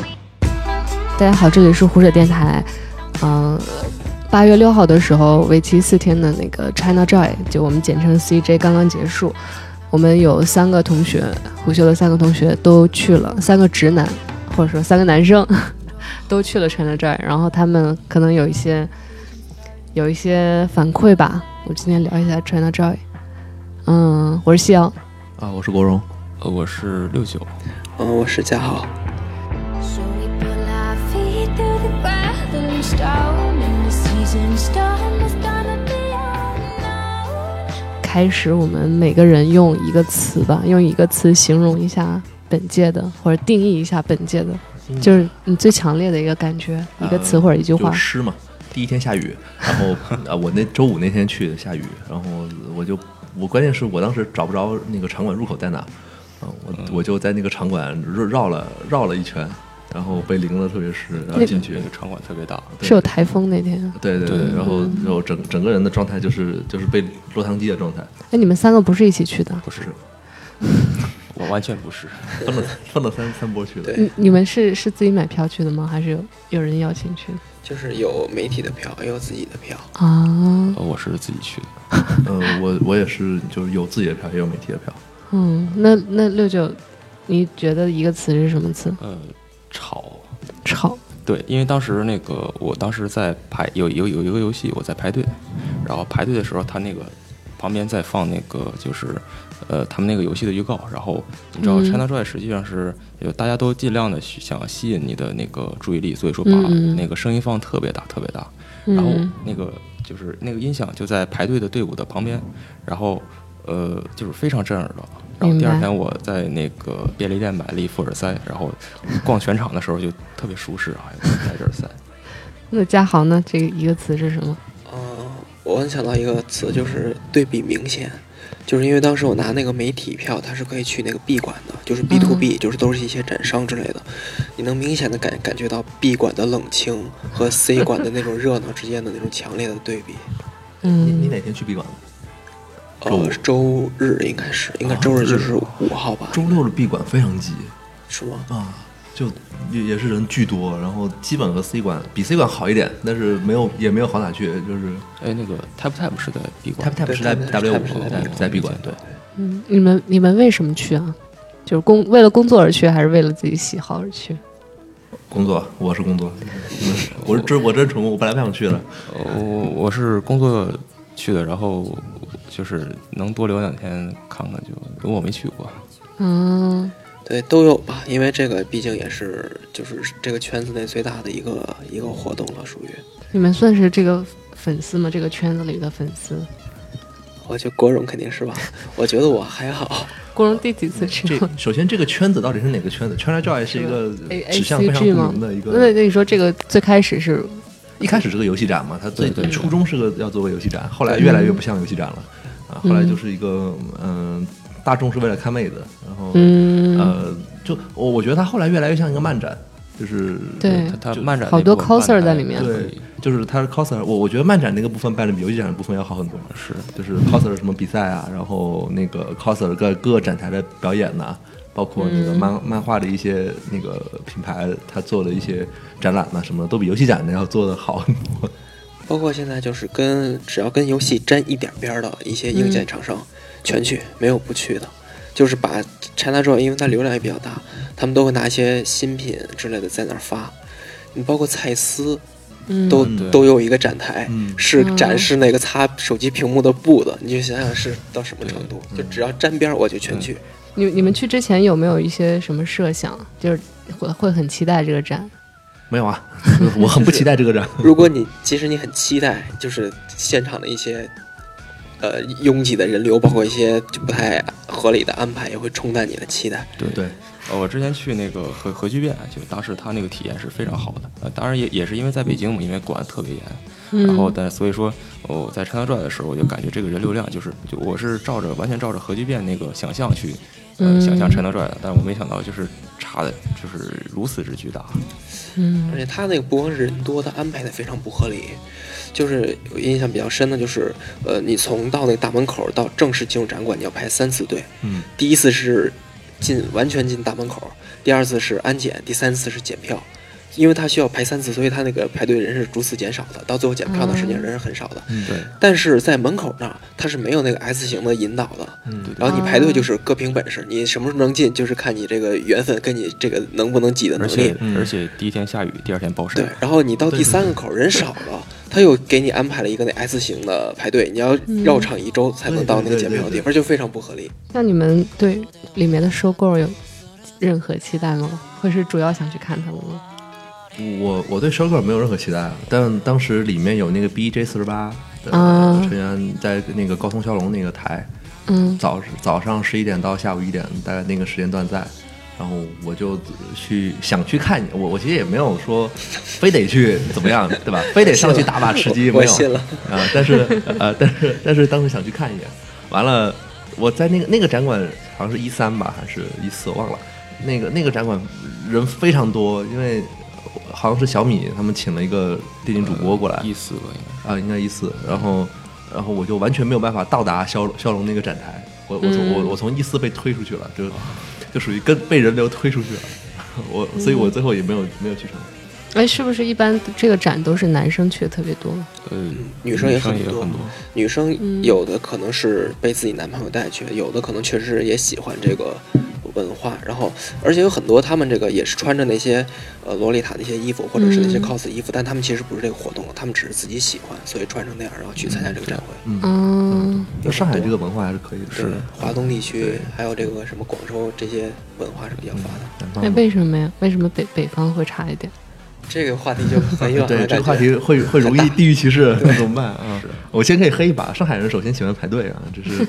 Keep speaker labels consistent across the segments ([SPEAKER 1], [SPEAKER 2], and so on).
[SPEAKER 1] 大家好，这里是胡扯电台。嗯、八月六号的时候，为期四天的那个 China Joy，就我们简称 CJ，刚刚结束。我们有三个同学，胡修的三个同学都去了，三个直男或者说三个男生 都去了 China Joy，然后他们可能有一些有一些反馈吧。我今天聊一下 China Joy。嗯，我是夕阳。
[SPEAKER 2] 啊，我是国荣，
[SPEAKER 3] 呃，我是六九，
[SPEAKER 4] 嗯，我是嘉豪。
[SPEAKER 5] So we put our feet through the gathering storm, and the season storm is gonna be all alone.
[SPEAKER 1] 开始，我们每个人用一个词吧，用一个词形容一下本届的，或者定义一下本届的，就是你最强烈的一个感觉，一个词
[SPEAKER 2] 呃
[SPEAKER 1] 或者一句
[SPEAKER 2] 就
[SPEAKER 1] 话。
[SPEAKER 2] 湿嘛。第一天下雨，然后啊，我那周五那天去的下雨，然后我就我关键是我当时找不着那个场馆入口在哪，嗯、我我就在那个场馆绕绕了绕了一圈，然后被淋得特别湿，然后
[SPEAKER 1] 那
[SPEAKER 2] 进去
[SPEAKER 3] 那个场馆特别大，
[SPEAKER 2] 对
[SPEAKER 1] 是有台风那天。
[SPEAKER 2] 对对对，
[SPEAKER 3] 对
[SPEAKER 2] 然后然后整整个人的状态就是就是被落汤鸡的状态，
[SPEAKER 1] 哎，你们三个不是一起去的？
[SPEAKER 3] 不是，我完全不是，
[SPEAKER 2] 分了分了三三波去的。
[SPEAKER 1] 你你们是是自己买票去的吗？还是有有人邀请去的？
[SPEAKER 4] 就是有媒体的票，也有自己的票。
[SPEAKER 1] 啊，
[SPEAKER 3] 呃我是自己去的，
[SPEAKER 2] 嗯，我我也是，就是有自己的票，也有媒体的票。
[SPEAKER 1] 嗯，那那六九，你觉得一个词是什么词？
[SPEAKER 3] 呃，吵，
[SPEAKER 1] 吵。
[SPEAKER 3] 对，因为当时那个我当时在排有有有一个游戏我在排队，然后排队的时候他那个旁边在放那个就是。呃，他们那个游戏的预告，然后你知道
[SPEAKER 1] 嗯
[SPEAKER 3] China Joy 实际上是有大家都尽量的想吸引你的那个注意力，所以说把
[SPEAKER 1] 嗯嗯
[SPEAKER 3] 那个声音放特别大，特别大。然后
[SPEAKER 1] 嗯，
[SPEAKER 3] 那个就是那个音响就在排队的队伍的旁边，然后呃就是非常震耳朵。然后第二
[SPEAKER 1] 明白
[SPEAKER 3] 天我在那个便利店买了一副耳塞，然后逛全场的时候就特别舒适啊，戴着 耳塞。
[SPEAKER 1] 那嘉豪呢？这个一个词是什么？
[SPEAKER 4] 嗯，我很想到一个词，就是对比明显，就是因为当时我拿那个媒体票，它是可以去那个 B 馆的，就是 B to B，、就是都是一些展商之类的，你能明显的感感觉到 B 馆的冷清和 C 馆的那种热闹之间的那种强烈的对比。
[SPEAKER 2] 你你
[SPEAKER 1] 嗯，
[SPEAKER 2] 哪天去闭馆的？周五
[SPEAKER 4] 呃，周日应该是，应该周日就是五号吧？
[SPEAKER 2] 周六的闭馆非常挤
[SPEAKER 4] 是吗？
[SPEAKER 2] 啊，就也也是人巨多，然后基本和 C 馆比 C 馆好一点，但是没有也没有好哪去，就是
[SPEAKER 3] 哎，那个 Tap Tap 是在 B 馆
[SPEAKER 2] Tap Tap
[SPEAKER 4] 对
[SPEAKER 2] 是在
[SPEAKER 4] Tap Tap
[SPEAKER 2] W
[SPEAKER 4] 是
[SPEAKER 2] 五
[SPEAKER 4] 在
[SPEAKER 2] 在
[SPEAKER 4] W 五
[SPEAKER 2] 在闭馆，对，
[SPEAKER 1] 嗯，你们你们为什么去啊？就是工为了工作而去，还是为了自己喜好而去？
[SPEAKER 2] 工作我是工作，我是真我真成功，我本来不想去的，
[SPEAKER 3] 呃我我是工作去的，然后就是能多留两天看看就，因为我没去过。
[SPEAKER 1] 嗯，
[SPEAKER 4] 对，都有吧，因为这个毕竟也是就是这个圈子内最大的一个一个活动了，属于。
[SPEAKER 1] 你们算是这个粉丝吗？这个圈子里的粉丝？
[SPEAKER 4] 我觉得国荣肯定是吧，我觉得我还好，
[SPEAKER 1] 郭荣第几次去
[SPEAKER 2] 这？首先这个圈子到底是哪个圈子？China Joy 是一个
[SPEAKER 1] A A
[SPEAKER 2] 指向
[SPEAKER 1] C
[SPEAKER 2] 非常
[SPEAKER 1] G
[SPEAKER 2] 不
[SPEAKER 1] 吗？
[SPEAKER 2] 明的一
[SPEAKER 1] 那
[SPEAKER 2] 个。
[SPEAKER 1] 那你说这个最开始是
[SPEAKER 2] 一开始是个游戏展嘛，它最
[SPEAKER 3] 对对对
[SPEAKER 2] 初衷是个要做个游戏展，后来越来越不像游戏展了，啊，后来
[SPEAKER 1] 嗯
[SPEAKER 2] 就是一个嗯、大众是为了看妹子，然后
[SPEAKER 1] 嗯，
[SPEAKER 2] 呃，就我我觉得它后来越来越像一个漫展，就是
[SPEAKER 1] 对
[SPEAKER 3] 他他
[SPEAKER 2] 就
[SPEAKER 3] 漫展
[SPEAKER 1] 好
[SPEAKER 3] 那
[SPEAKER 1] 多
[SPEAKER 3] 部分
[SPEAKER 1] coser
[SPEAKER 3] 办得
[SPEAKER 1] 在
[SPEAKER 3] 还
[SPEAKER 1] 里面
[SPEAKER 3] 可
[SPEAKER 2] 对
[SPEAKER 3] 以，
[SPEAKER 2] 就是它 coser，我我觉得漫展那个部分办的比游戏展的部分要好很多，
[SPEAKER 3] 是
[SPEAKER 2] 就是 coser 什么比赛啊，然后那个 coser 各各个展台的表演呐、包括那
[SPEAKER 1] 嗯
[SPEAKER 2] 个漫、漫画的一些那个品牌，它做的一些展览呐、什么的，都比游戏展的要做的好很多。
[SPEAKER 4] 包括现在就是跟只要跟游戏沾一点边儿的一些硬件厂商、全去，没有不去的。就是把 China Joy，因为它流量也比较大，他们都会拿一些新品之类的在那儿发。你包括蔡司
[SPEAKER 1] 嗯
[SPEAKER 4] 都、
[SPEAKER 2] 嗯对
[SPEAKER 4] 都有一个展台，
[SPEAKER 2] 嗯
[SPEAKER 4] 是
[SPEAKER 1] 嗯
[SPEAKER 4] 展示那个擦手机屏幕的布的。你就想想是到什么程度，
[SPEAKER 2] 嗯
[SPEAKER 4] 就只要沾边儿我就全去。
[SPEAKER 1] 你你们去之前有没有一些什么设想？就是会会很期待这个展。
[SPEAKER 2] 没有啊， 我很不期待这个展。
[SPEAKER 4] 如果你即使你很期待，就是现场的一些呃拥挤的人流，包括一些就不太合理的安排，也会冲淡你的期待。
[SPEAKER 3] 对
[SPEAKER 2] 对，
[SPEAKER 3] 呃，我之前去那个核核聚变，就是当时他那个体验是非常好的。呃，当然也也是因为在北京嘛，因为管得特别严，
[SPEAKER 1] 嗯
[SPEAKER 3] 然后但所以说我、在 China Joy 的时候，我就感觉这个人流量就是就我是照着完全照着核聚变那个想象去，呃，
[SPEAKER 1] 嗯
[SPEAKER 3] 想象 China Joy 的，但是我没想到就是差的就是如此之巨大。
[SPEAKER 1] 嗯
[SPEAKER 4] 而且他那个不光是人多，他安排的非常不合理。就是我印象比较深的就是，呃，你从到那个大门口到正式进入展馆，你要排三次队。
[SPEAKER 2] 嗯，
[SPEAKER 4] 第一次是进完全进大门口，第二次是安检，第三次是检票。因为他需要排三次，所以他那个排队人是逐次减少的，到最后检票的时间人是很少的。
[SPEAKER 3] 对，
[SPEAKER 4] 但是在门口那儿，他是没有那个 S 型的引导的。
[SPEAKER 2] 嗯
[SPEAKER 4] 然后你排队就是各凭本事，你什么时候能进，就是看你这个缘分跟你这个能不能挤的
[SPEAKER 3] 而
[SPEAKER 4] 能力
[SPEAKER 3] 且。
[SPEAKER 2] 嗯
[SPEAKER 3] 而且第一天下雨，第二天暴晒
[SPEAKER 4] 对，，然后你到第三个口人少了，他又给你安排了一个那 S 型的排队，你要绕场一周才能到那个检票的地方，就非常不合理。
[SPEAKER 1] 那你们对里面的收购有任何期待吗？会是主要想去看他们吗？
[SPEAKER 2] 我我对收购没有任何期待，啊但当时里面有那个 BJ 四十八的
[SPEAKER 1] 啊
[SPEAKER 2] 成员在那个高通骁龙那个台，
[SPEAKER 1] 嗯，
[SPEAKER 2] 早早上十一点到下午一点，大概那个时间段在。然后我就去想去看，我我其实也没有说非得去怎么样，对吧？非得上去打把吃鸡，
[SPEAKER 4] 我
[SPEAKER 2] 没
[SPEAKER 4] 我
[SPEAKER 2] 有
[SPEAKER 4] 信了
[SPEAKER 2] 啊、但是呃，但是但是当时想去看一眼，完了我在那个那个展馆好像是一三吧，还是一四，我忘了。那个那个展馆人非常多，因为好像是小米他们请了一个电竞主播过来，
[SPEAKER 3] 一四个应该
[SPEAKER 2] 啊，应该一四，然后然后我就完全没有办法到达骁龙骁龙那个展台，我我从我我从一四被推出去了，就就属于跟被人流推出去了， 我所以我最后也没有没有去成。
[SPEAKER 1] 哎，是不是一般这个展都是男生去的特别多？
[SPEAKER 3] 呃，
[SPEAKER 4] 嗯女生也很
[SPEAKER 3] 也
[SPEAKER 4] 多嗯
[SPEAKER 3] 很多，
[SPEAKER 4] 女生有的可能是被自己男朋友带去，有的可能确实也喜欢这个文化，然后而且有很多他们这个也是穿着那些呃洛丽塔那些衣服或者是那些
[SPEAKER 1] 嗯
[SPEAKER 4] cos 衣服，但他们其实不是这个活动，他们只是自己喜欢，所以穿成那样然后去参加这个展会。
[SPEAKER 1] 嗯，
[SPEAKER 2] 就上海这个文化还是可以的，
[SPEAKER 4] 对华东地区还有这个什么广州这些文化是比较发达。
[SPEAKER 2] 南
[SPEAKER 1] 那
[SPEAKER 2] 方。
[SPEAKER 1] 为什么呀？为什么北北方会差一点？
[SPEAKER 4] 这个话题就很远 了，
[SPEAKER 2] 对
[SPEAKER 4] 感
[SPEAKER 2] 这个
[SPEAKER 4] 觉
[SPEAKER 2] 话题会会容易地域歧视，那怎么办啊？我先可以黑一把，上海人首先喜欢排队啊，这是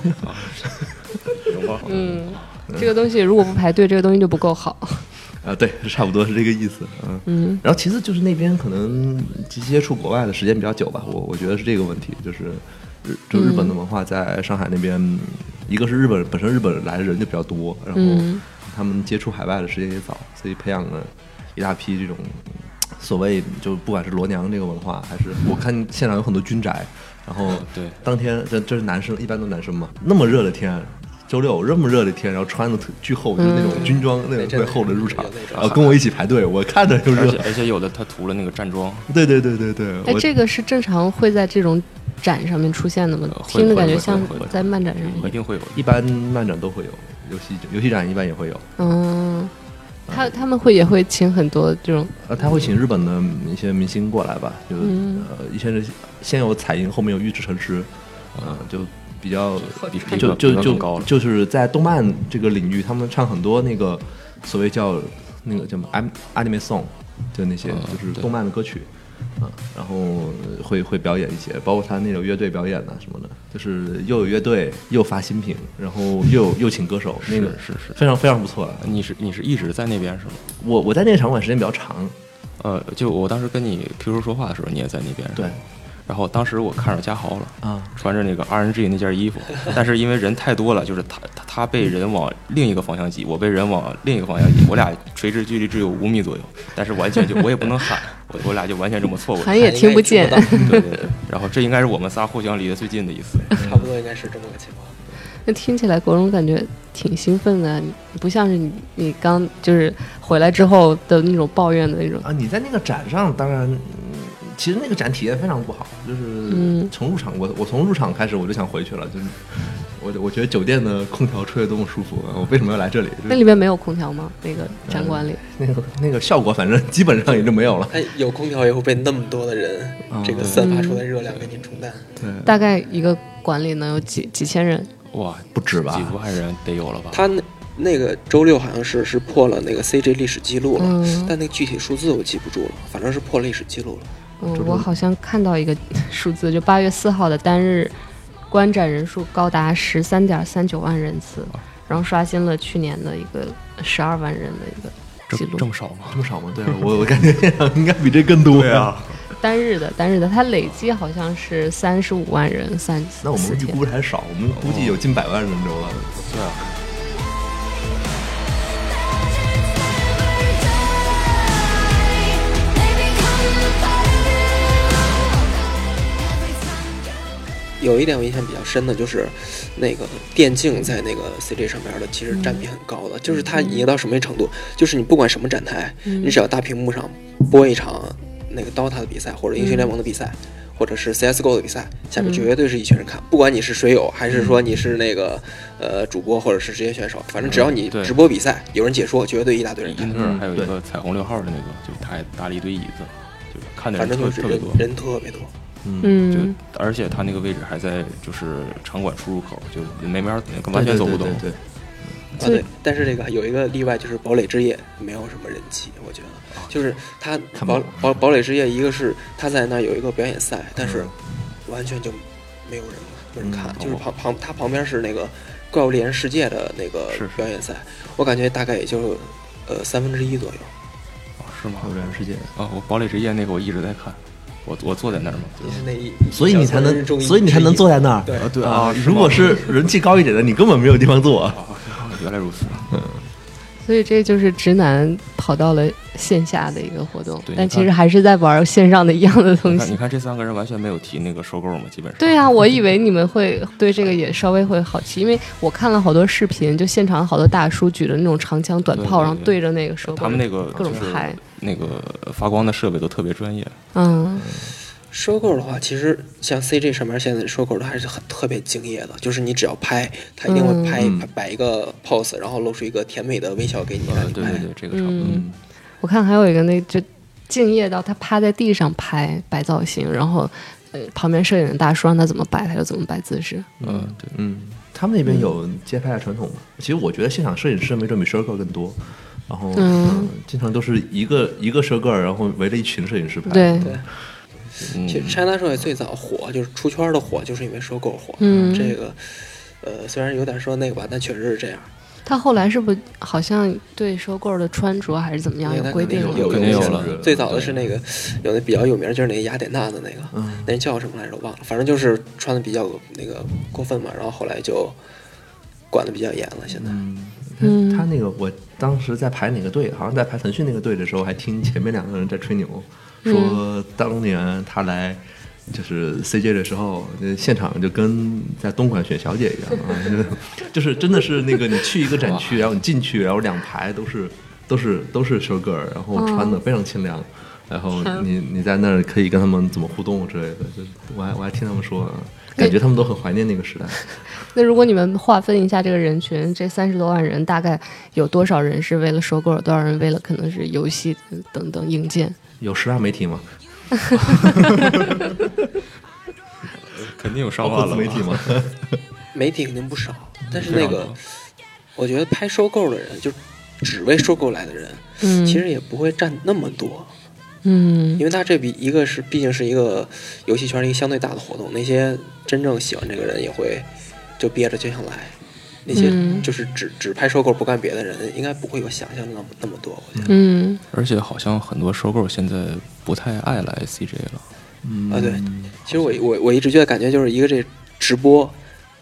[SPEAKER 1] 嗯，这个东西如果不排队，这个东西就不够 好。
[SPEAKER 2] 啊，对，差不多是这个意思，嗯。
[SPEAKER 1] 嗯，
[SPEAKER 2] 然后其次就是那边可能接触国外的时间比较久吧，我我觉得是这个问题，就是日就日
[SPEAKER 1] 嗯
[SPEAKER 2] 本的文化在上海那边，一个是日本本身日本来的人就比较多，然后
[SPEAKER 1] 嗯
[SPEAKER 2] 他们接触海外的时间也早，所以培养了一大批这种所谓就不管是罗娘这个文化，还是我看现场有很多军宅，然后
[SPEAKER 3] 对
[SPEAKER 2] 当天这这是男生，一般都男生嘛，那么热的天。周六这么热的天，然后穿的特巨厚，就是那
[SPEAKER 1] 嗯
[SPEAKER 2] 种军装那种
[SPEAKER 4] 真
[SPEAKER 2] 特别
[SPEAKER 4] 的
[SPEAKER 2] 厚的入场
[SPEAKER 4] 有那，种
[SPEAKER 2] 然后跟我一起排队，我看着就
[SPEAKER 3] 而
[SPEAKER 2] 热
[SPEAKER 3] 且。而且有的他涂了那个站桩，
[SPEAKER 2] 对对对对对，
[SPEAKER 1] 哎，
[SPEAKER 2] 我
[SPEAKER 1] 这个是正常会在这种展上面出现的吗
[SPEAKER 3] 呃？会
[SPEAKER 1] 听着
[SPEAKER 3] 会
[SPEAKER 1] 感觉
[SPEAKER 3] 会
[SPEAKER 1] 像
[SPEAKER 3] 会会
[SPEAKER 1] 在漫展上
[SPEAKER 3] 一
[SPEAKER 1] 面。
[SPEAKER 3] 定会有的。
[SPEAKER 2] 一般漫展都会有，游戏游戏展一般也会有。
[SPEAKER 1] 嗯，他他们会也会请很多这种，
[SPEAKER 2] 呃，他会请日本的一些明星过来吧，就是、
[SPEAKER 1] 嗯
[SPEAKER 2] 呃，一些是先有彩银，后面有预制成师，嗯、就比较
[SPEAKER 3] 比比
[SPEAKER 2] 就
[SPEAKER 3] 较
[SPEAKER 2] 就
[SPEAKER 3] 比较更高
[SPEAKER 2] 就
[SPEAKER 3] 了
[SPEAKER 2] 就是在动漫这个领域，他们唱很多那个所谓叫那个叫什么 an- anime song，就那些
[SPEAKER 3] 嗯
[SPEAKER 2] 就是
[SPEAKER 3] 对
[SPEAKER 2] 动漫的歌曲。啊，然后呃会会表演一些，包括他那种乐队表演呐、什么的，就是又有乐队，又发新品，然后又有又请歌手，那个
[SPEAKER 3] 是是
[SPEAKER 2] 非常非常不错了。
[SPEAKER 3] 你是你是一直在那边是吗？
[SPEAKER 2] 我我在那个场馆时间比较长，
[SPEAKER 3] 呃，就我当时跟你 QQ 说话的时候，你也在那边。
[SPEAKER 2] 对。
[SPEAKER 3] 然后当时我看着嘉豪了，
[SPEAKER 2] 啊，
[SPEAKER 3] 穿着那个 RNG 那件衣服，但是因为人太多了，就是他他他被人往另一个方向挤，我被人往另一个方向挤，我俩垂直距离只有五米左右，但是完全就我也不能喊，我我俩就完全这么错过去
[SPEAKER 1] 好。像也听不见。
[SPEAKER 3] 对对对。然后这应该是我们仨互相离得最近的 一次。
[SPEAKER 4] 差不多应该是这么个情况。
[SPEAKER 1] 那听起来国荣感觉挺兴奋的，你不像是你你刚就是回来之后的那种抱怨的那种。
[SPEAKER 3] 嗯
[SPEAKER 2] 啊，你在那个展上，当然，嗯其实那个展体验非常不好，就是
[SPEAKER 1] 嗯
[SPEAKER 2] 从入场，我我从入场开始我就想回去了，就是我我觉得酒店的空调吹得多么舒服，啊，我为什么要来这里？就
[SPEAKER 1] 那
[SPEAKER 2] 是
[SPEAKER 1] 里面没有空调吗？那个展馆里？
[SPEAKER 2] 那个那个效果，反正基本上也就没有了。
[SPEAKER 4] 但有空调也会被那么多的人
[SPEAKER 2] 啊
[SPEAKER 4] 这个散发出来热量给你冲淡。
[SPEAKER 2] 对，
[SPEAKER 1] 大概一个馆里能有几几千人？
[SPEAKER 3] 哇，
[SPEAKER 2] 不止吧
[SPEAKER 3] 几万人得有了吧？
[SPEAKER 4] 他那那个周六好像是是破了那个 CJ 历史记录了，
[SPEAKER 1] 嗯
[SPEAKER 4] 但那个具体数字我记不住了，反正是破历史记录了。
[SPEAKER 1] 嗯，我好像看到一个 数字，就八月四号的单日观展人数高达十三点三九万人次，然后刷新了去年的一个十二万人的一个
[SPEAKER 3] 这
[SPEAKER 1] 记录
[SPEAKER 3] 这。么少 吗？
[SPEAKER 2] 这么少吗？对啊，我我感觉现场应该比这更多。
[SPEAKER 3] 对啊，
[SPEAKER 1] 单日的单日的，它累计好像是三十五万人三
[SPEAKER 2] 那我
[SPEAKER 1] 四
[SPEAKER 2] 们预
[SPEAKER 1] 天。
[SPEAKER 2] 估还少，我们估计有近百万人流了。
[SPEAKER 3] 对啊。
[SPEAKER 4] 有一点我印象比较深的就是，那个电竞在那个 CJ 上面的其实占比很高
[SPEAKER 3] 嗯
[SPEAKER 4] 的，就是它已经到什么程度，就是你不管什么展台，
[SPEAKER 3] 嗯
[SPEAKER 4] 你只要大屏幕上播一场那个 DOTA 的比赛，或者英雄联盟的比赛，
[SPEAKER 3] 嗯
[SPEAKER 4] 或者是 CSGO 的比赛，下面绝对是一群人看，不管你是水友还是说你是那个呃主播或者是职业选手，反正只要你
[SPEAKER 3] 嗯对嗯
[SPEAKER 4] 直播比赛，有人解说，绝对一大堆人看
[SPEAKER 3] 英。特尔还有一
[SPEAKER 2] 对
[SPEAKER 3] 个彩虹六号的那个，就是他还搭了一堆椅子，就是看的
[SPEAKER 4] 反
[SPEAKER 3] 人
[SPEAKER 4] 正就
[SPEAKER 3] 特
[SPEAKER 4] 是
[SPEAKER 3] 特别
[SPEAKER 4] 人
[SPEAKER 3] 多，
[SPEAKER 4] 人特别多，
[SPEAKER 1] 嗯
[SPEAKER 3] 就而且他那个位置还在就是场馆出入口，就没法完全走不动
[SPEAKER 2] 对。对对对
[SPEAKER 4] 啊，对，但是这个有一个例外，就是堡垒之夜没有什么人气，我觉
[SPEAKER 2] 哦
[SPEAKER 4] 得，就是他
[SPEAKER 2] 看不
[SPEAKER 4] 堡
[SPEAKER 2] 懂
[SPEAKER 4] 堡堡垒之夜，一个是他在那儿有一个表演赛，但是
[SPEAKER 2] 嗯
[SPEAKER 4] 完全就没有人没人看，
[SPEAKER 3] 嗯
[SPEAKER 4] 就是
[SPEAKER 2] 哦
[SPEAKER 3] 懂
[SPEAKER 4] 旁旁他旁边是那个怪物猎人世界的那个
[SPEAKER 3] 是是
[SPEAKER 4] 表演赛，我感觉大概也就呃三分之一左右，
[SPEAKER 3] 哦是吗
[SPEAKER 2] 还？有人世界，
[SPEAKER 3] 啊，我堡垒之夜那个我一直在看，我我坐在那儿嘛，就
[SPEAKER 4] 就是那一
[SPEAKER 2] 嗯所以你才能，所以你才能坐在那儿。
[SPEAKER 4] 对
[SPEAKER 3] 啊对
[SPEAKER 2] 啊
[SPEAKER 3] 啊，是吗
[SPEAKER 2] 如果是人气高一点的，你根本没有地方坐。
[SPEAKER 3] 原来如此，
[SPEAKER 1] 所以这就是直男跑到了线下的一个活动
[SPEAKER 3] 对，
[SPEAKER 1] 但
[SPEAKER 3] 你
[SPEAKER 1] 其
[SPEAKER 3] 看
[SPEAKER 1] 实还是在玩线上的一样的
[SPEAKER 3] 你
[SPEAKER 1] 东
[SPEAKER 3] 看你
[SPEAKER 1] 西。
[SPEAKER 3] 看这三个人完全没有提那个收购嘛，基本上
[SPEAKER 1] 对啊，我以为你们会对这个也稍微会好奇，因为我看了好多视频，就现场好多大叔举着那种长枪短炮，
[SPEAKER 3] 对对对
[SPEAKER 1] 然后对着那个手，
[SPEAKER 3] 他们那个
[SPEAKER 1] 各种
[SPEAKER 3] 就是
[SPEAKER 1] 嗨，
[SPEAKER 3] 那个发光的设备都特别专业，
[SPEAKER 1] 嗯
[SPEAKER 4] 收购的话，其实像 CG 上面现在收购的还是很特别敬业的，就是你只要拍，他一定会拍、
[SPEAKER 2] 嗯
[SPEAKER 4] 摆一个 pose，然后露出一个甜美的微笑给你让
[SPEAKER 3] 呃
[SPEAKER 4] 你
[SPEAKER 3] 对
[SPEAKER 4] 拍。
[SPEAKER 3] 对对，这个差不多。
[SPEAKER 1] 嗯，我看还有一个那就敬业到他趴在地上拍摆造型，然后呃旁边摄影的大叔让他怎么摆他就怎么摆姿势，
[SPEAKER 3] 嗯，对，
[SPEAKER 2] 嗯，他们那边有街拍的传统嘛？其实我觉得现场摄影师没准比 s h 更多。然后，
[SPEAKER 1] 嗯
[SPEAKER 2] 嗯，经常都是一个一个 s h 然后围着一群摄影师拍。
[SPEAKER 1] 对，
[SPEAKER 4] 对
[SPEAKER 3] 嗯
[SPEAKER 4] 其实 China Joy 最早火就是出圈的火，就是因为收购火。
[SPEAKER 1] 嗯
[SPEAKER 4] 这个，呃，虽然有点说那个吧，但确实是这样。
[SPEAKER 1] 他后来是不是好像对收购的穿着还是怎么样
[SPEAKER 4] 对
[SPEAKER 1] 有
[SPEAKER 4] 它
[SPEAKER 1] 规
[SPEAKER 4] 肯定
[SPEAKER 1] 定
[SPEAKER 4] 有
[SPEAKER 1] 了？
[SPEAKER 4] 有
[SPEAKER 2] 肯
[SPEAKER 3] 定有
[SPEAKER 4] 限
[SPEAKER 2] 了
[SPEAKER 4] 制最早的是那个，有的比较有名就是那个雅典娜的那个，
[SPEAKER 2] 嗯
[SPEAKER 4] 那人叫什么来着？我忘了，反正就是穿的比较那个过分嘛，然后后来就管的比较严了。现在，
[SPEAKER 2] 嗯，
[SPEAKER 1] 嗯
[SPEAKER 2] 他那个我当时在排哪个队，好像在排腾讯那个队的时候，还听前面两个人在吹牛，说当年他来。就是 CJ 的时候，那现场就跟在东莞选小姐一样啊，就是 就是真的是那个你去一个展区，然后你进去，然后两排都是都是都是收个儿，然后穿的非常清凉，然后你你在那儿可以跟他们怎么互动之类的，就是我还我还听他们说，啊，感觉他们都很怀念那个时代。
[SPEAKER 1] 那如果你们划分一下这个人群，这三十多万人大概有多少人是为了收购，有多少人为了可能是游戏等等硬件？
[SPEAKER 2] 有十大媒体吗？
[SPEAKER 3] 肯定有上
[SPEAKER 2] 包括
[SPEAKER 3] 万
[SPEAKER 2] 自
[SPEAKER 3] 了
[SPEAKER 2] 媒体
[SPEAKER 3] 吧，
[SPEAKER 2] 吗？
[SPEAKER 4] 媒体肯定不少，但是
[SPEAKER 3] 非
[SPEAKER 4] 那
[SPEAKER 3] 常
[SPEAKER 4] 个
[SPEAKER 3] 多，
[SPEAKER 4] 我觉得拍收购的人，就只为收购来的人，
[SPEAKER 1] 嗯，
[SPEAKER 4] 其实也不会占那么多。
[SPEAKER 1] 嗯
[SPEAKER 4] 因为它这比一个是毕竟是一个游戏圈儿一个相对大的活动，那些真正喜欢这个人也会就憋着就想来，那些
[SPEAKER 1] 嗯
[SPEAKER 4] 就是只只拍收购不干别的人，应该不会有想象的那么那么多。我觉得、
[SPEAKER 1] 嗯，
[SPEAKER 3] 而且好像很多收购现在不太爱来 CJ 了。
[SPEAKER 4] 啊，对，
[SPEAKER 1] 嗯
[SPEAKER 4] 其实我我我一直觉得感觉就是一个这直播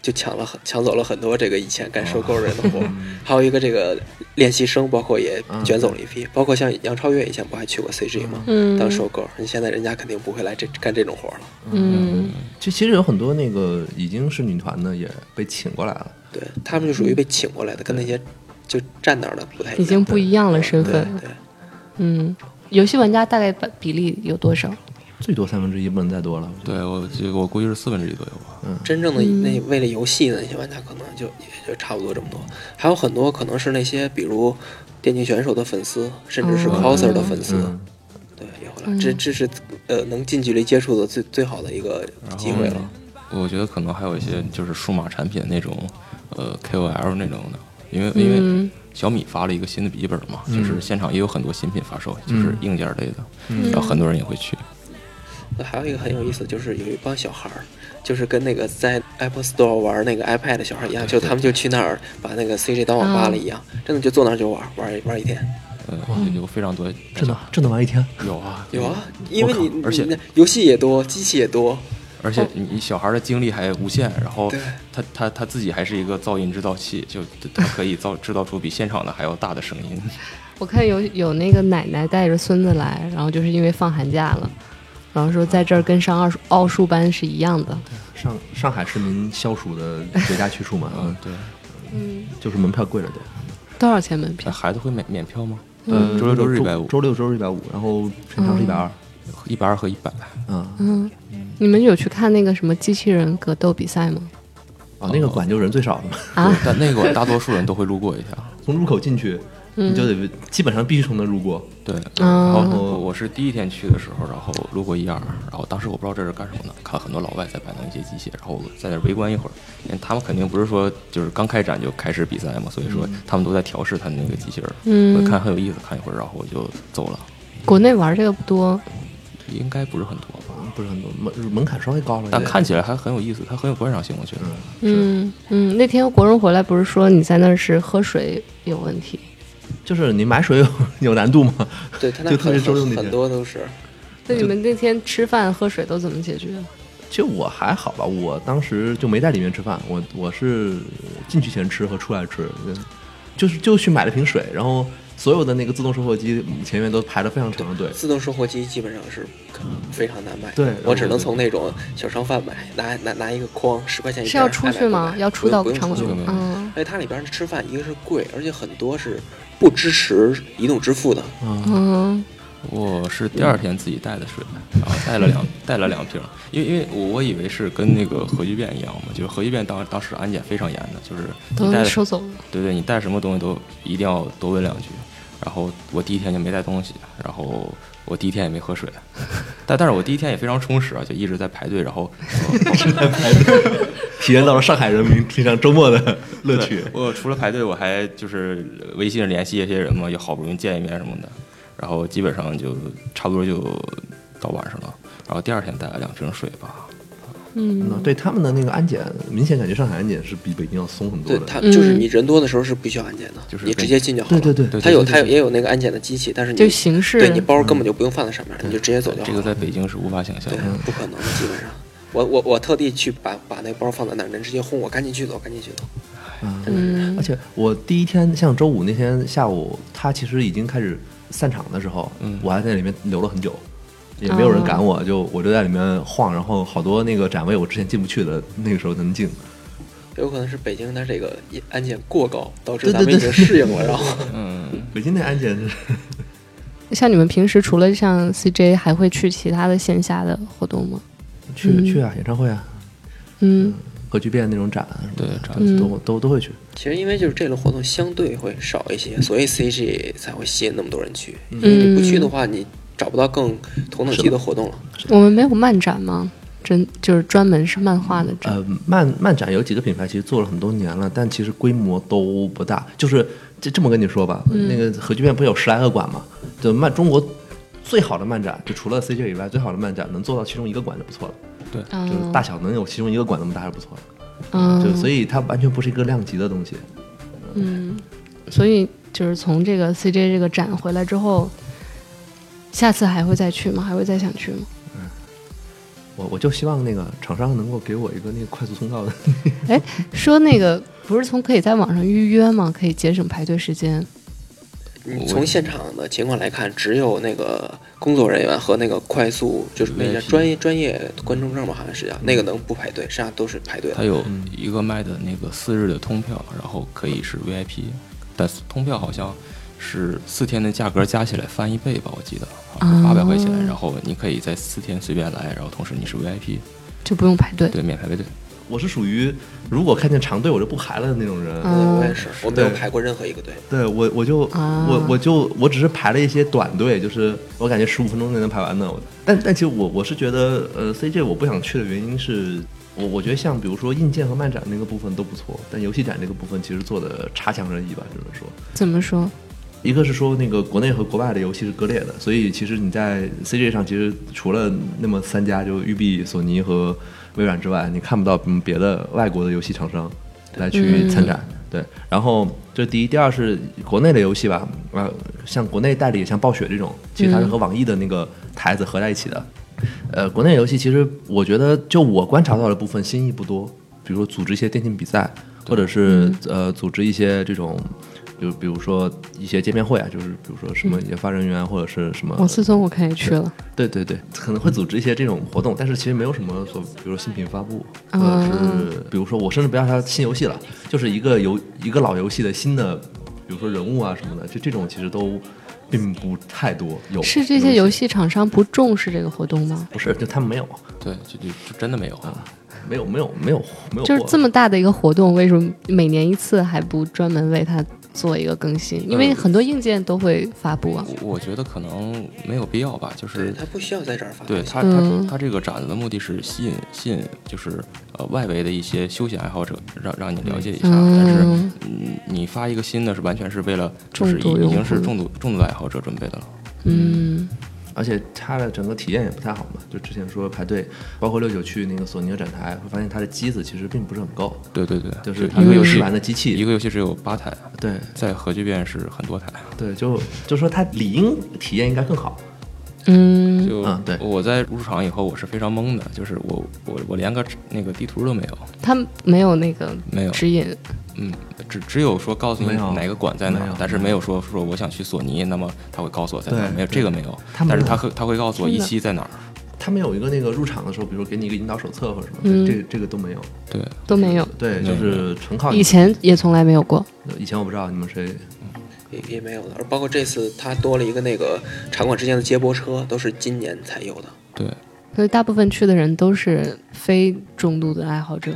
[SPEAKER 4] 就抢了很抢走了很多这个以前干收购人的活
[SPEAKER 1] 哦
[SPEAKER 4] 儿，还有一个这个练习生，包括也
[SPEAKER 2] 嗯
[SPEAKER 4] 卷走了一批，包括像杨超越以前不还去过 CG 吗？
[SPEAKER 1] 嗯
[SPEAKER 4] 当收购，你现在人家肯定不会来这干这种活儿了。
[SPEAKER 1] 嗯，
[SPEAKER 2] 其其实有很多那个已经是女团的也被请过来了，
[SPEAKER 4] 对他们就属于被请过来的，跟那些就站那儿的不太一样。
[SPEAKER 1] 已经不一样了身
[SPEAKER 4] 对
[SPEAKER 1] 份。
[SPEAKER 4] 对，
[SPEAKER 1] 嗯，游戏玩家大概比例有多少？
[SPEAKER 2] 最多三分之一不能再多了。我觉得
[SPEAKER 3] 对我这个我估计是四分之一左右吧。
[SPEAKER 4] 真正的那为了游戏的那些玩家，可能就也就差不多这么多。还有很多可能是那些比如电竞选手的粉丝，甚至是
[SPEAKER 1] 哦
[SPEAKER 4] coser 的粉丝，
[SPEAKER 2] 嗯，
[SPEAKER 4] 对，也会来。这这是呃能近距离接触的最最好的一个机会了。
[SPEAKER 3] 我觉得可能还有一些就是数码产品那种，呃 KOL 那种的，因为因为小米发了一个新的笔记本嘛，就是现场也有很多新品发售，就是硬件类的，然后很多人也会去。
[SPEAKER 4] 那还有一个很有意思，就是有一帮小孩儿，就是跟那个在 Apple Store 玩那个 iPad 的小孩儿一样，就他们就去那儿把那个 CG 当网吧了一样，真的就坐那儿就玩玩玩一天。
[SPEAKER 3] 呃，有非常多
[SPEAKER 2] 这能这能玩一天？
[SPEAKER 3] 有啊
[SPEAKER 4] 有啊，因为你
[SPEAKER 3] 而且
[SPEAKER 4] 你那游戏也多，机器也多，
[SPEAKER 3] 而且你你小孩的精力还无限，然后
[SPEAKER 4] 对
[SPEAKER 3] 他他他自己还是一个噪音制造器，就他可以造制造出比现场的还要大的声音。
[SPEAKER 1] 我看有有那个奶奶带着孙子来，然后就是因为放寒假了，然后说在这儿跟上奥数奥数班是一样的。
[SPEAKER 2] 上上海市民消暑的最佳去处 嘛，嗯，
[SPEAKER 3] 对，
[SPEAKER 2] 就是门票贵了点。
[SPEAKER 1] 多少钱门票
[SPEAKER 3] 那？孩子会免免票吗？
[SPEAKER 2] 呃，
[SPEAKER 3] 周六周日150
[SPEAKER 2] 周六周日一百五，然后平常是一百二，
[SPEAKER 3] 一百二和一百，
[SPEAKER 2] 嗯，
[SPEAKER 1] 你们有去看那个什么机器人格斗比赛吗？
[SPEAKER 2] 啊，那个馆就人最少的嘛，
[SPEAKER 1] 啊
[SPEAKER 3] 对但那个大多数人都会路过一下。
[SPEAKER 2] 从入口进去，你就
[SPEAKER 3] 嗯
[SPEAKER 2] 得基本上必须从那儿路过，
[SPEAKER 3] 对，
[SPEAKER 1] 嗯
[SPEAKER 3] 然后我我是第一天去的时候，然后路过一二，然后当时我不知道这是干什么的，看很多老外在摆弄一些机械，然后我在那儿围观一会儿，因为他们肯定不是说就是刚开展就开始比赛嘛，所以说他们都在调试他们那个机器人儿，
[SPEAKER 1] 嗯
[SPEAKER 3] 我看很有意思，看一会儿，然后我就走了，
[SPEAKER 1] 国内玩这个不多，
[SPEAKER 3] 应该不是很多吧，
[SPEAKER 2] 啊不是很多，门门槛稍微高了一点，
[SPEAKER 3] 但看起来还很有意思，它很有观赏性，我觉得。
[SPEAKER 1] 嗯嗯，那天国荣回来不是说你在那儿是喝水有问题？
[SPEAKER 2] 就是你买水有 有难度吗？
[SPEAKER 4] 对他那
[SPEAKER 2] 就特别
[SPEAKER 4] 很
[SPEAKER 2] 周六那
[SPEAKER 4] 很
[SPEAKER 2] 天
[SPEAKER 4] 很多都是，
[SPEAKER 1] 那你们那天吃饭喝水都怎么解决？
[SPEAKER 2] 其实我还好吧，我当时就没在里面吃饭，我我是进去前吃和出来吃，嗯就是就去买了瓶水，然后所有的那个自动售货机前面都排了非常长的队。
[SPEAKER 4] 自动售货机基本上是非常难买的，
[SPEAKER 2] 对
[SPEAKER 4] 我只能从那种小商贩买，拿拿拿一个筐，十块钱一
[SPEAKER 1] 是
[SPEAKER 4] 片
[SPEAKER 1] 要
[SPEAKER 4] 儿
[SPEAKER 1] 出
[SPEAKER 4] 爱买
[SPEAKER 1] 去
[SPEAKER 4] 不
[SPEAKER 1] 吗？
[SPEAKER 4] 买
[SPEAKER 1] 要
[SPEAKER 4] 不
[SPEAKER 1] 出
[SPEAKER 4] 用
[SPEAKER 1] 到
[SPEAKER 4] 不用
[SPEAKER 1] 场
[SPEAKER 4] 出
[SPEAKER 1] 馆
[SPEAKER 4] 去
[SPEAKER 3] 吗？
[SPEAKER 1] 嗯
[SPEAKER 4] 而且它里边儿吃饭，一个是贵，而且很多是不支持移动支付的。
[SPEAKER 1] 嗯
[SPEAKER 3] 我是第二天自己带的水，然后带了 两带了两瓶，因为因为我我以为是跟那个核聚变一样嘛，就是核聚变当当时安检非常严的，就是
[SPEAKER 1] 都
[SPEAKER 3] 你带的
[SPEAKER 1] 收走了
[SPEAKER 3] 对对，你带什么东西都一定要多问两句。然后我第一天就没带东西，然后我第一天也没喝水， 但但是我第一天也非常充实啊，就一直在排队，然后
[SPEAKER 2] 体验到了上海人民平常周末的 乐趣。
[SPEAKER 3] 我除了排队，我还就是微信上联系一些人嘛，也好不容易见一面什么的，然后基本上就差不多就到晚上了。然后第二天带了两瓶水吧，
[SPEAKER 2] 嗯，对他们的那个安检，明显感觉上海安检是比北京要松很多
[SPEAKER 4] 对，
[SPEAKER 2] 的。
[SPEAKER 4] 它就是
[SPEAKER 1] 嗯
[SPEAKER 4] 你人多的时候是不需要安检的，
[SPEAKER 3] 就是
[SPEAKER 4] 你
[SPEAKER 3] 跟
[SPEAKER 4] 直接进就好
[SPEAKER 2] 对
[SPEAKER 4] 了。
[SPEAKER 2] 对对
[SPEAKER 3] 对
[SPEAKER 4] 它有
[SPEAKER 3] 对
[SPEAKER 4] 它有也有那个安检的机器，但是你
[SPEAKER 1] 就形式
[SPEAKER 4] 对你包根本就不用放在上面，你就直接走就好
[SPEAKER 3] 这
[SPEAKER 4] 了
[SPEAKER 3] 个。在嗯北京是无法想象
[SPEAKER 4] 对
[SPEAKER 3] 的。，
[SPEAKER 4] 不可能的，基本上。我我我特地去把把那包放在那儿，人直接轰我，赶紧去走，赶紧去走。
[SPEAKER 2] 嗯
[SPEAKER 1] 嗯
[SPEAKER 2] 而且我第一天，像周五那天下午，他其实已经开始散场的时候，
[SPEAKER 3] 嗯
[SPEAKER 2] 我还在里面留了很久，也没有人赶我，就我就在里面晃，然后好多那个展位我之前进不去的，那个时候能进。
[SPEAKER 4] 有可能是北京它这个安检过高，导致
[SPEAKER 2] 对对
[SPEAKER 4] 咱们已经
[SPEAKER 2] 对
[SPEAKER 4] 适应了，然后
[SPEAKER 3] 嗯，
[SPEAKER 2] 北京那安检是
[SPEAKER 1] 像你们平时除了像 CJ，还会去其他的线下的活动吗？
[SPEAKER 2] 去、去啊，演唱会啊，
[SPEAKER 1] 嗯
[SPEAKER 2] 核聚变那种展啊什么的，
[SPEAKER 3] 对展
[SPEAKER 1] 嗯
[SPEAKER 2] 都都都会去。
[SPEAKER 4] 其实因为就是这类活动相对会少一些，所以 CG 才会吸引那么多人去。
[SPEAKER 1] 嗯，
[SPEAKER 4] 你不去的话，你找不到更同等级的活动了。
[SPEAKER 1] 我们没有漫展吗？真就是专门是漫画的展。
[SPEAKER 2] 呃，漫漫展有几个品牌其实做了很多年了，但其实规模都不大。就是这这么跟你说吧，那个核聚变不是有十来个馆吗？就漫中国最好的漫展，就除了 CJ 以外，最好的漫展能做到其中一个馆就不错了。
[SPEAKER 3] 对，
[SPEAKER 2] 就是大小能有其中一个馆那么大还不错了。
[SPEAKER 1] 嗯，
[SPEAKER 2] 就所以它完全不是一个量级的东西。
[SPEAKER 1] 所以就是从这个 CJ 这个展回来之后，下次还会再去吗？还会再想去吗？
[SPEAKER 2] 我我就希望那个厂商能够给我一个那个快速通道的。
[SPEAKER 1] 哎，说那个不是从可以在网上预约吗？可以节省排队时间。
[SPEAKER 4] 你从现场的情况来看，只有那个工作人员和那个快速就是那叫
[SPEAKER 3] VIP
[SPEAKER 4] 专业专业观众证吧，好像是叫那个能不排队，剩下都是排队的
[SPEAKER 3] 它。有一个卖的那个四日的通票，然后可以是 VIP，但是通票好像是四天的价格加起来翻一倍吧，我记得八百块钱，然后你可以在四天随便来，然后同时你是 VIP，
[SPEAKER 1] 就不用排队。
[SPEAKER 3] 对，免排队。
[SPEAKER 2] 我是属于如果看见长队我就不排了的那种人。
[SPEAKER 4] 对我也是，我没有
[SPEAKER 2] 对
[SPEAKER 4] 排过任何一个队。
[SPEAKER 2] 对我，我就、
[SPEAKER 1] 啊
[SPEAKER 2] 我我就我只是排了一些短队，就是我感觉十五分钟内能排完的。我但但其实我我是觉得，呃，CJ 我不想去的原因是，我我觉得像比如说硬件和漫展那个部分都不错，但游戏展这个部分其实做的差强人意吧，只能说。
[SPEAKER 1] 怎么说？
[SPEAKER 2] 一个是说那个国内和国外的游戏是割裂的，所以其实你在 CJ 上其实除了那么三家，就育碧、索尼和微软之外，你看不到嗯别的外国的游戏厂商来去参展。对，然后这是第一，第二是国内的游戏吧，呃，像国内代理像暴雪这种，其实它是和网易的那个台子合在一起的。呃，国内游戏其实我觉得，就我观察到的部分，新意不多。比如说组织一些电竞比赛，或者是、呃组织一些这种就比如说一些见面会啊，就是比如说什么研发人员或者是什么，
[SPEAKER 1] 王思嗯聪我看也去了，
[SPEAKER 2] 对对对，可能会组织一些这种活动，但是其实没有什么所，比如说新品发布，
[SPEAKER 1] 啊
[SPEAKER 2] 或者是比如说我甚至不要它新游戏了，就是一个游一个老游戏的新的，比如说人物啊什么的，这这种其实都并不太多。有
[SPEAKER 1] 是这些游
[SPEAKER 2] 游戏
[SPEAKER 1] 戏厂商不重视这个活动吗？
[SPEAKER 2] 不是，就他们没有
[SPEAKER 3] 对，就就就真的没有啊。
[SPEAKER 2] 啊，没有没有没有没有
[SPEAKER 1] 就是
[SPEAKER 2] 货
[SPEAKER 1] 这么大的一个活动，为什么每年一次还不专门为它做一个更新？因为
[SPEAKER 2] 呃
[SPEAKER 1] 很多硬件都会发布啊。
[SPEAKER 3] 嗯我我觉得可能没有必要吧，就是
[SPEAKER 4] 对他不需要在这儿发
[SPEAKER 3] 对
[SPEAKER 4] 东西
[SPEAKER 3] 他
[SPEAKER 1] 嗯
[SPEAKER 3] 他他这个展子的目的是吸引吸引，就是呃外围的一些休闲爱好者，让让你了解一下。
[SPEAKER 1] 嗯
[SPEAKER 3] 但是嗯，你发一个新的是完全是为了就是已
[SPEAKER 1] 重度用
[SPEAKER 3] 已经
[SPEAKER 1] 户
[SPEAKER 3] 是重度重度的爱好者准备的了。
[SPEAKER 1] 嗯，
[SPEAKER 2] 而且它的整个体验也不太好嘛。就之前说排队，包括六九去那个索尼的展台，会发现它的机子其实并不是很够，
[SPEAKER 3] 对对对，
[SPEAKER 2] 就是
[SPEAKER 3] 一个游
[SPEAKER 2] 试
[SPEAKER 3] 戏
[SPEAKER 2] 玩的机器，
[SPEAKER 3] 一个游戏只有八台，
[SPEAKER 2] 对
[SPEAKER 3] 在核聚变是很多台。
[SPEAKER 2] 对，就就说它理应体验应该更好。
[SPEAKER 1] 嗯，
[SPEAKER 3] 就
[SPEAKER 2] 嗯对
[SPEAKER 3] 我在入场以后我是非常懵的，就是我我我连个那个地图都没有，
[SPEAKER 1] 他没有那个
[SPEAKER 3] 没有
[SPEAKER 1] 指引，
[SPEAKER 3] 嗯，只只有说告诉你
[SPEAKER 2] 没有
[SPEAKER 3] 哪个馆在哪
[SPEAKER 2] 没有
[SPEAKER 3] 儿，但是没有说说我想去索尼，那么他会告诉我在哪儿，
[SPEAKER 2] 对
[SPEAKER 3] 没有
[SPEAKER 2] 对
[SPEAKER 3] 这个没有
[SPEAKER 2] 他，没
[SPEAKER 3] 但是
[SPEAKER 2] 有
[SPEAKER 3] 他会他会告诉我
[SPEAKER 1] 真
[SPEAKER 3] 一
[SPEAKER 1] 的
[SPEAKER 3] 期在哪儿，
[SPEAKER 2] 他们有一个那个入场的时候，比如说给你一个引导手册或者什么，
[SPEAKER 1] 嗯
[SPEAKER 2] 这个这个都没有。
[SPEAKER 3] 对，
[SPEAKER 1] 都没有。
[SPEAKER 2] 对，
[SPEAKER 3] 没
[SPEAKER 2] 就
[SPEAKER 3] 有
[SPEAKER 2] 是纯靠你
[SPEAKER 1] 以前也从来没有过。
[SPEAKER 2] 以前我不知道你们谁
[SPEAKER 4] 也也没有的，而包括这次他多了一个那个场馆之间的接驳车，都是今年才有的。
[SPEAKER 3] 对，
[SPEAKER 1] 所以大部分去的人都是非重度的爱好者。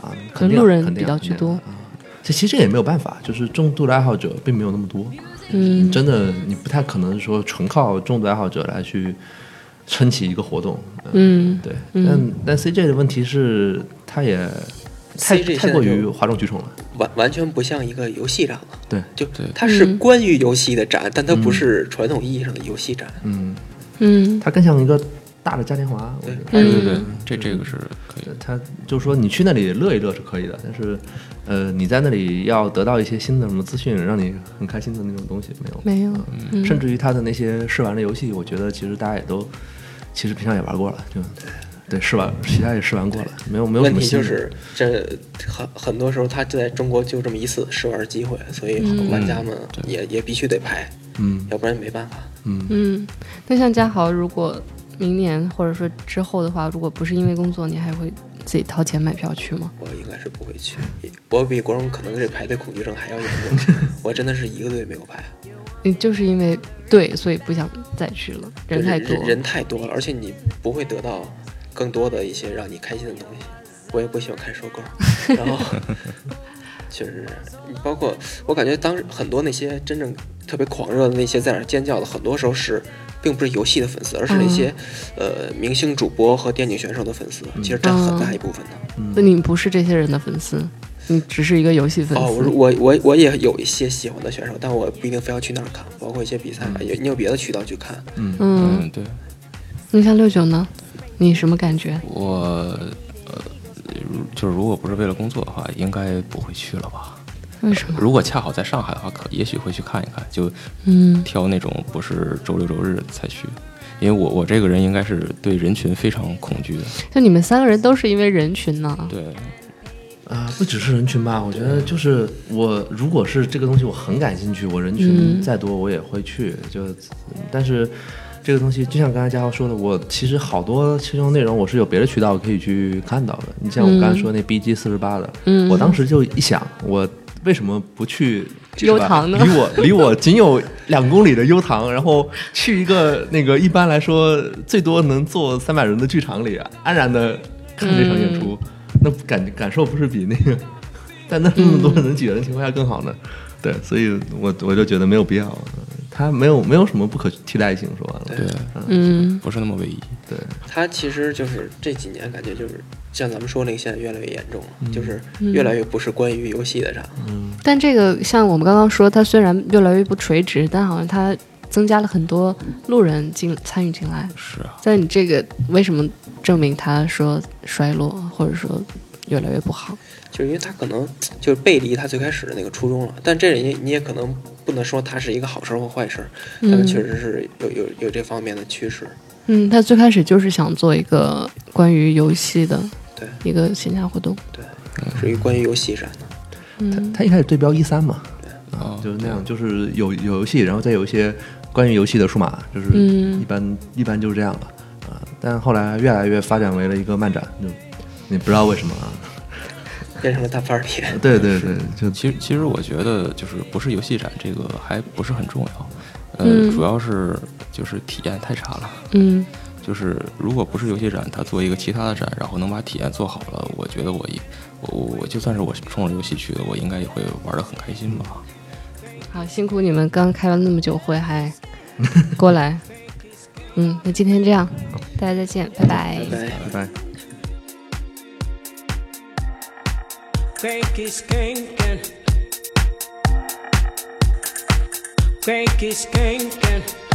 [SPEAKER 2] 啊，肯定
[SPEAKER 1] 路人
[SPEAKER 2] 肯定
[SPEAKER 1] 比较
[SPEAKER 2] 肯定
[SPEAKER 1] 居多
[SPEAKER 2] 啊。这其实也没有办法，就是重度的爱好者并没有那么多。
[SPEAKER 1] 嗯，
[SPEAKER 2] 真的，你不太可能说纯靠重度爱好者来去撑起一个活动。呃
[SPEAKER 1] 嗯，
[SPEAKER 2] 对，
[SPEAKER 1] 嗯
[SPEAKER 2] 但但 CJ 的问题是，他也太
[SPEAKER 4] CJ
[SPEAKER 2] 太
[SPEAKER 4] 现在
[SPEAKER 2] 过于
[SPEAKER 4] 就
[SPEAKER 2] 哗众取宠了。
[SPEAKER 4] 完完全不像一个游戏展了。
[SPEAKER 2] 对
[SPEAKER 4] 就
[SPEAKER 3] 对
[SPEAKER 4] 它是
[SPEAKER 1] 嗯
[SPEAKER 4] 关于游戏的展，但它不是传统意义上的游戏展。
[SPEAKER 2] 嗯，
[SPEAKER 1] 嗯，
[SPEAKER 2] 他更像一个大的嘉年华。我觉得
[SPEAKER 3] 对对
[SPEAKER 1] 嗯
[SPEAKER 3] 对，这这个是可以的，
[SPEAKER 2] 对他就是说，你去那里乐一乐是可以的，但是，呃，你在那里要得到一些新的什么资讯，让你很开心的那种东西没有。
[SPEAKER 1] 没有。嗯
[SPEAKER 2] 甚至于他的那些试玩的游戏，我觉得其实大家也都，其实平常也玩过了，就对试玩，其他也试玩过了，没有没有什
[SPEAKER 4] 问
[SPEAKER 2] 么
[SPEAKER 4] 题
[SPEAKER 2] 新
[SPEAKER 4] 就
[SPEAKER 2] 的。
[SPEAKER 4] 是这很很多时候，它在中国就这么一次试玩机会，所以玩家们也、也必须得排，
[SPEAKER 2] 嗯
[SPEAKER 4] 要不然没办法。
[SPEAKER 2] 嗯，
[SPEAKER 1] 嗯，那像嘉豪，如果明年或者说之后的话，如果不是因为工作，你还会自己掏钱买票去吗？
[SPEAKER 4] 我应该是不会去，我比国荣可能对排队恐惧症还要严 重，我真的是一个队没有排。
[SPEAKER 1] 你就是因为对，所以不想再去了，人太多
[SPEAKER 4] 人，人太多了，而且你不会得到更多的一些让你开心的东西。我也不喜欢看收 购，然后确实是，包括我感觉当时很多那些真正特别狂热的那些在那儿尖叫的，很多时候是并不是游戏的粉丝，而是那些、
[SPEAKER 1] 嗯
[SPEAKER 4] 呃明星主播和电竞选手的粉丝，其实占很大一部分的。
[SPEAKER 1] 那你不是这些人的粉丝，你只是一个游戏粉丝。
[SPEAKER 4] 哦，我说我我我也有一些喜欢的选手，但我不一定非要去那儿看，包括一些比赛，也你有别的渠道去看。
[SPEAKER 1] 嗯，
[SPEAKER 3] 嗯，对
[SPEAKER 1] 那像六九呢？你什么感觉？
[SPEAKER 3] 我呃，如就是如果不是为了工作的话，应该不会去了吧。
[SPEAKER 1] 为什么？
[SPEAKER 3] 如果恰好在上海的话，可也许会去看一看，就
[SPEAKER 1] 嗯
[SPEAKER 3] 挑那种不是周六周日才去，因为我我这个人应该是对人群非常恐惧的，
[SPEAKER 1] 就你们三个人都是因为人群呢？
[SPEAKER 3] 对，
[SPEAKER 2] 啊、不只是人群吧，我觉得就是我如果是这个东西我很感兴趣，我人群
[SPEAKER 1] 嗯
[SPEAKER 2] 再多我也会去，就嗯但是。这个东西就像刚才嘉豪说的，我其实好多其中内容我是有别的渠道可以去看到的。你像我刚才说那 BG 四十八的，
[SPEAKER 1] 嗯
[SPEAKER 2] 我当时就一想，我为什么不去是
[SPEAKER 1] 悠
[SPEAKER 2] 吧
[SPEAKER 1] 唐呢
[SPEAKER 2] 离我离我仅有两公里的悠唐，然后去一个那个一般来说最多能坐三百人的剧场里，安然的看这场演出，那感感受不是比那个 在那那么多人挤人的情况下更好呢？对，所以我我就觉得没有必要，嗯它没有没有什么不可替代性，说完了，
[SPEAKER 3] 对，
[SPEAKER 1] 嗯
[SPEAKER 3] 不是那么唯一。
[SPEAKER 2] 对，
[SPEAKER 4] 它其实就是这几年感觉就是像咱们说那个现在越来越严重了，就是越来越不是关于游戏的展了。
[SPEAKER 1] 但这个像我们刚刚说，它虽然越来越不垂直，但好像它增加了很多路人进参与进来。
[SPEAKER 3] 是啊，
[SPEAKER 1] 但你这个为什么证明它说衰落，或者说越来越不好？
[SPEAKER 4] 就是因为它可能就是背离它最开始的那个初衷了。但这也你也可能不能说它是一个好事儿或坏事儿，但它
[SPEAKER 1] 嗯
[SPEAKER 4] 确实是有有有这方面的趋势。
[SPEAKER 1] 嗯，他最开始就是想做一个关于游戏的
[SPEAKER 4] 对
[SPEAKER 1] 一个线下活动。
[SPEAKER 4] 对，属于关于游戏展的。
[SPEAKER 1] 嗯
[SPEAKER 2] 啊它它一开始对标一三嘛，
[SPEAKER 3] 哦，
[SPEAKER 2] 就是那样，就是有有游戏，然后再有一些关于游戏的数码，就是
[SPEAKER 1] 嗯
[SPEAKER 2] 一般、一般就是这样了啊、但后来越来越发展为了一个漫展，就你不知道为什么啊？
[SPEAKER 4] 变成了大 party。
[SPEAKER 2] 对对对，就
[SPEAKER 3] 其实其实我觉得就是不是游戏展这个还不是很重要，呃，
[SPEAKER 1] 嗯
[SPEAKER 3] 主要是就是体验太差了。
[SPEAKER 1] 嗯
[SPEAKER 3] 就是如果不是游戏展，它做一个其他的展，然后能把体验做好了，我觉得我一我我我就算是我冲着游戏去的，我应该也会玩得很开心吧。
[SPEAKER 1] 好，辛苦你们刚开完那么久会，还过来。 嗯，那今天这样，大家再见，拜拜
[SPEAKER 4] 拜拜。
[SPEAKER 2] 拜拜。
[SPEAKER 6] Cranky skanking. Cranky skanking.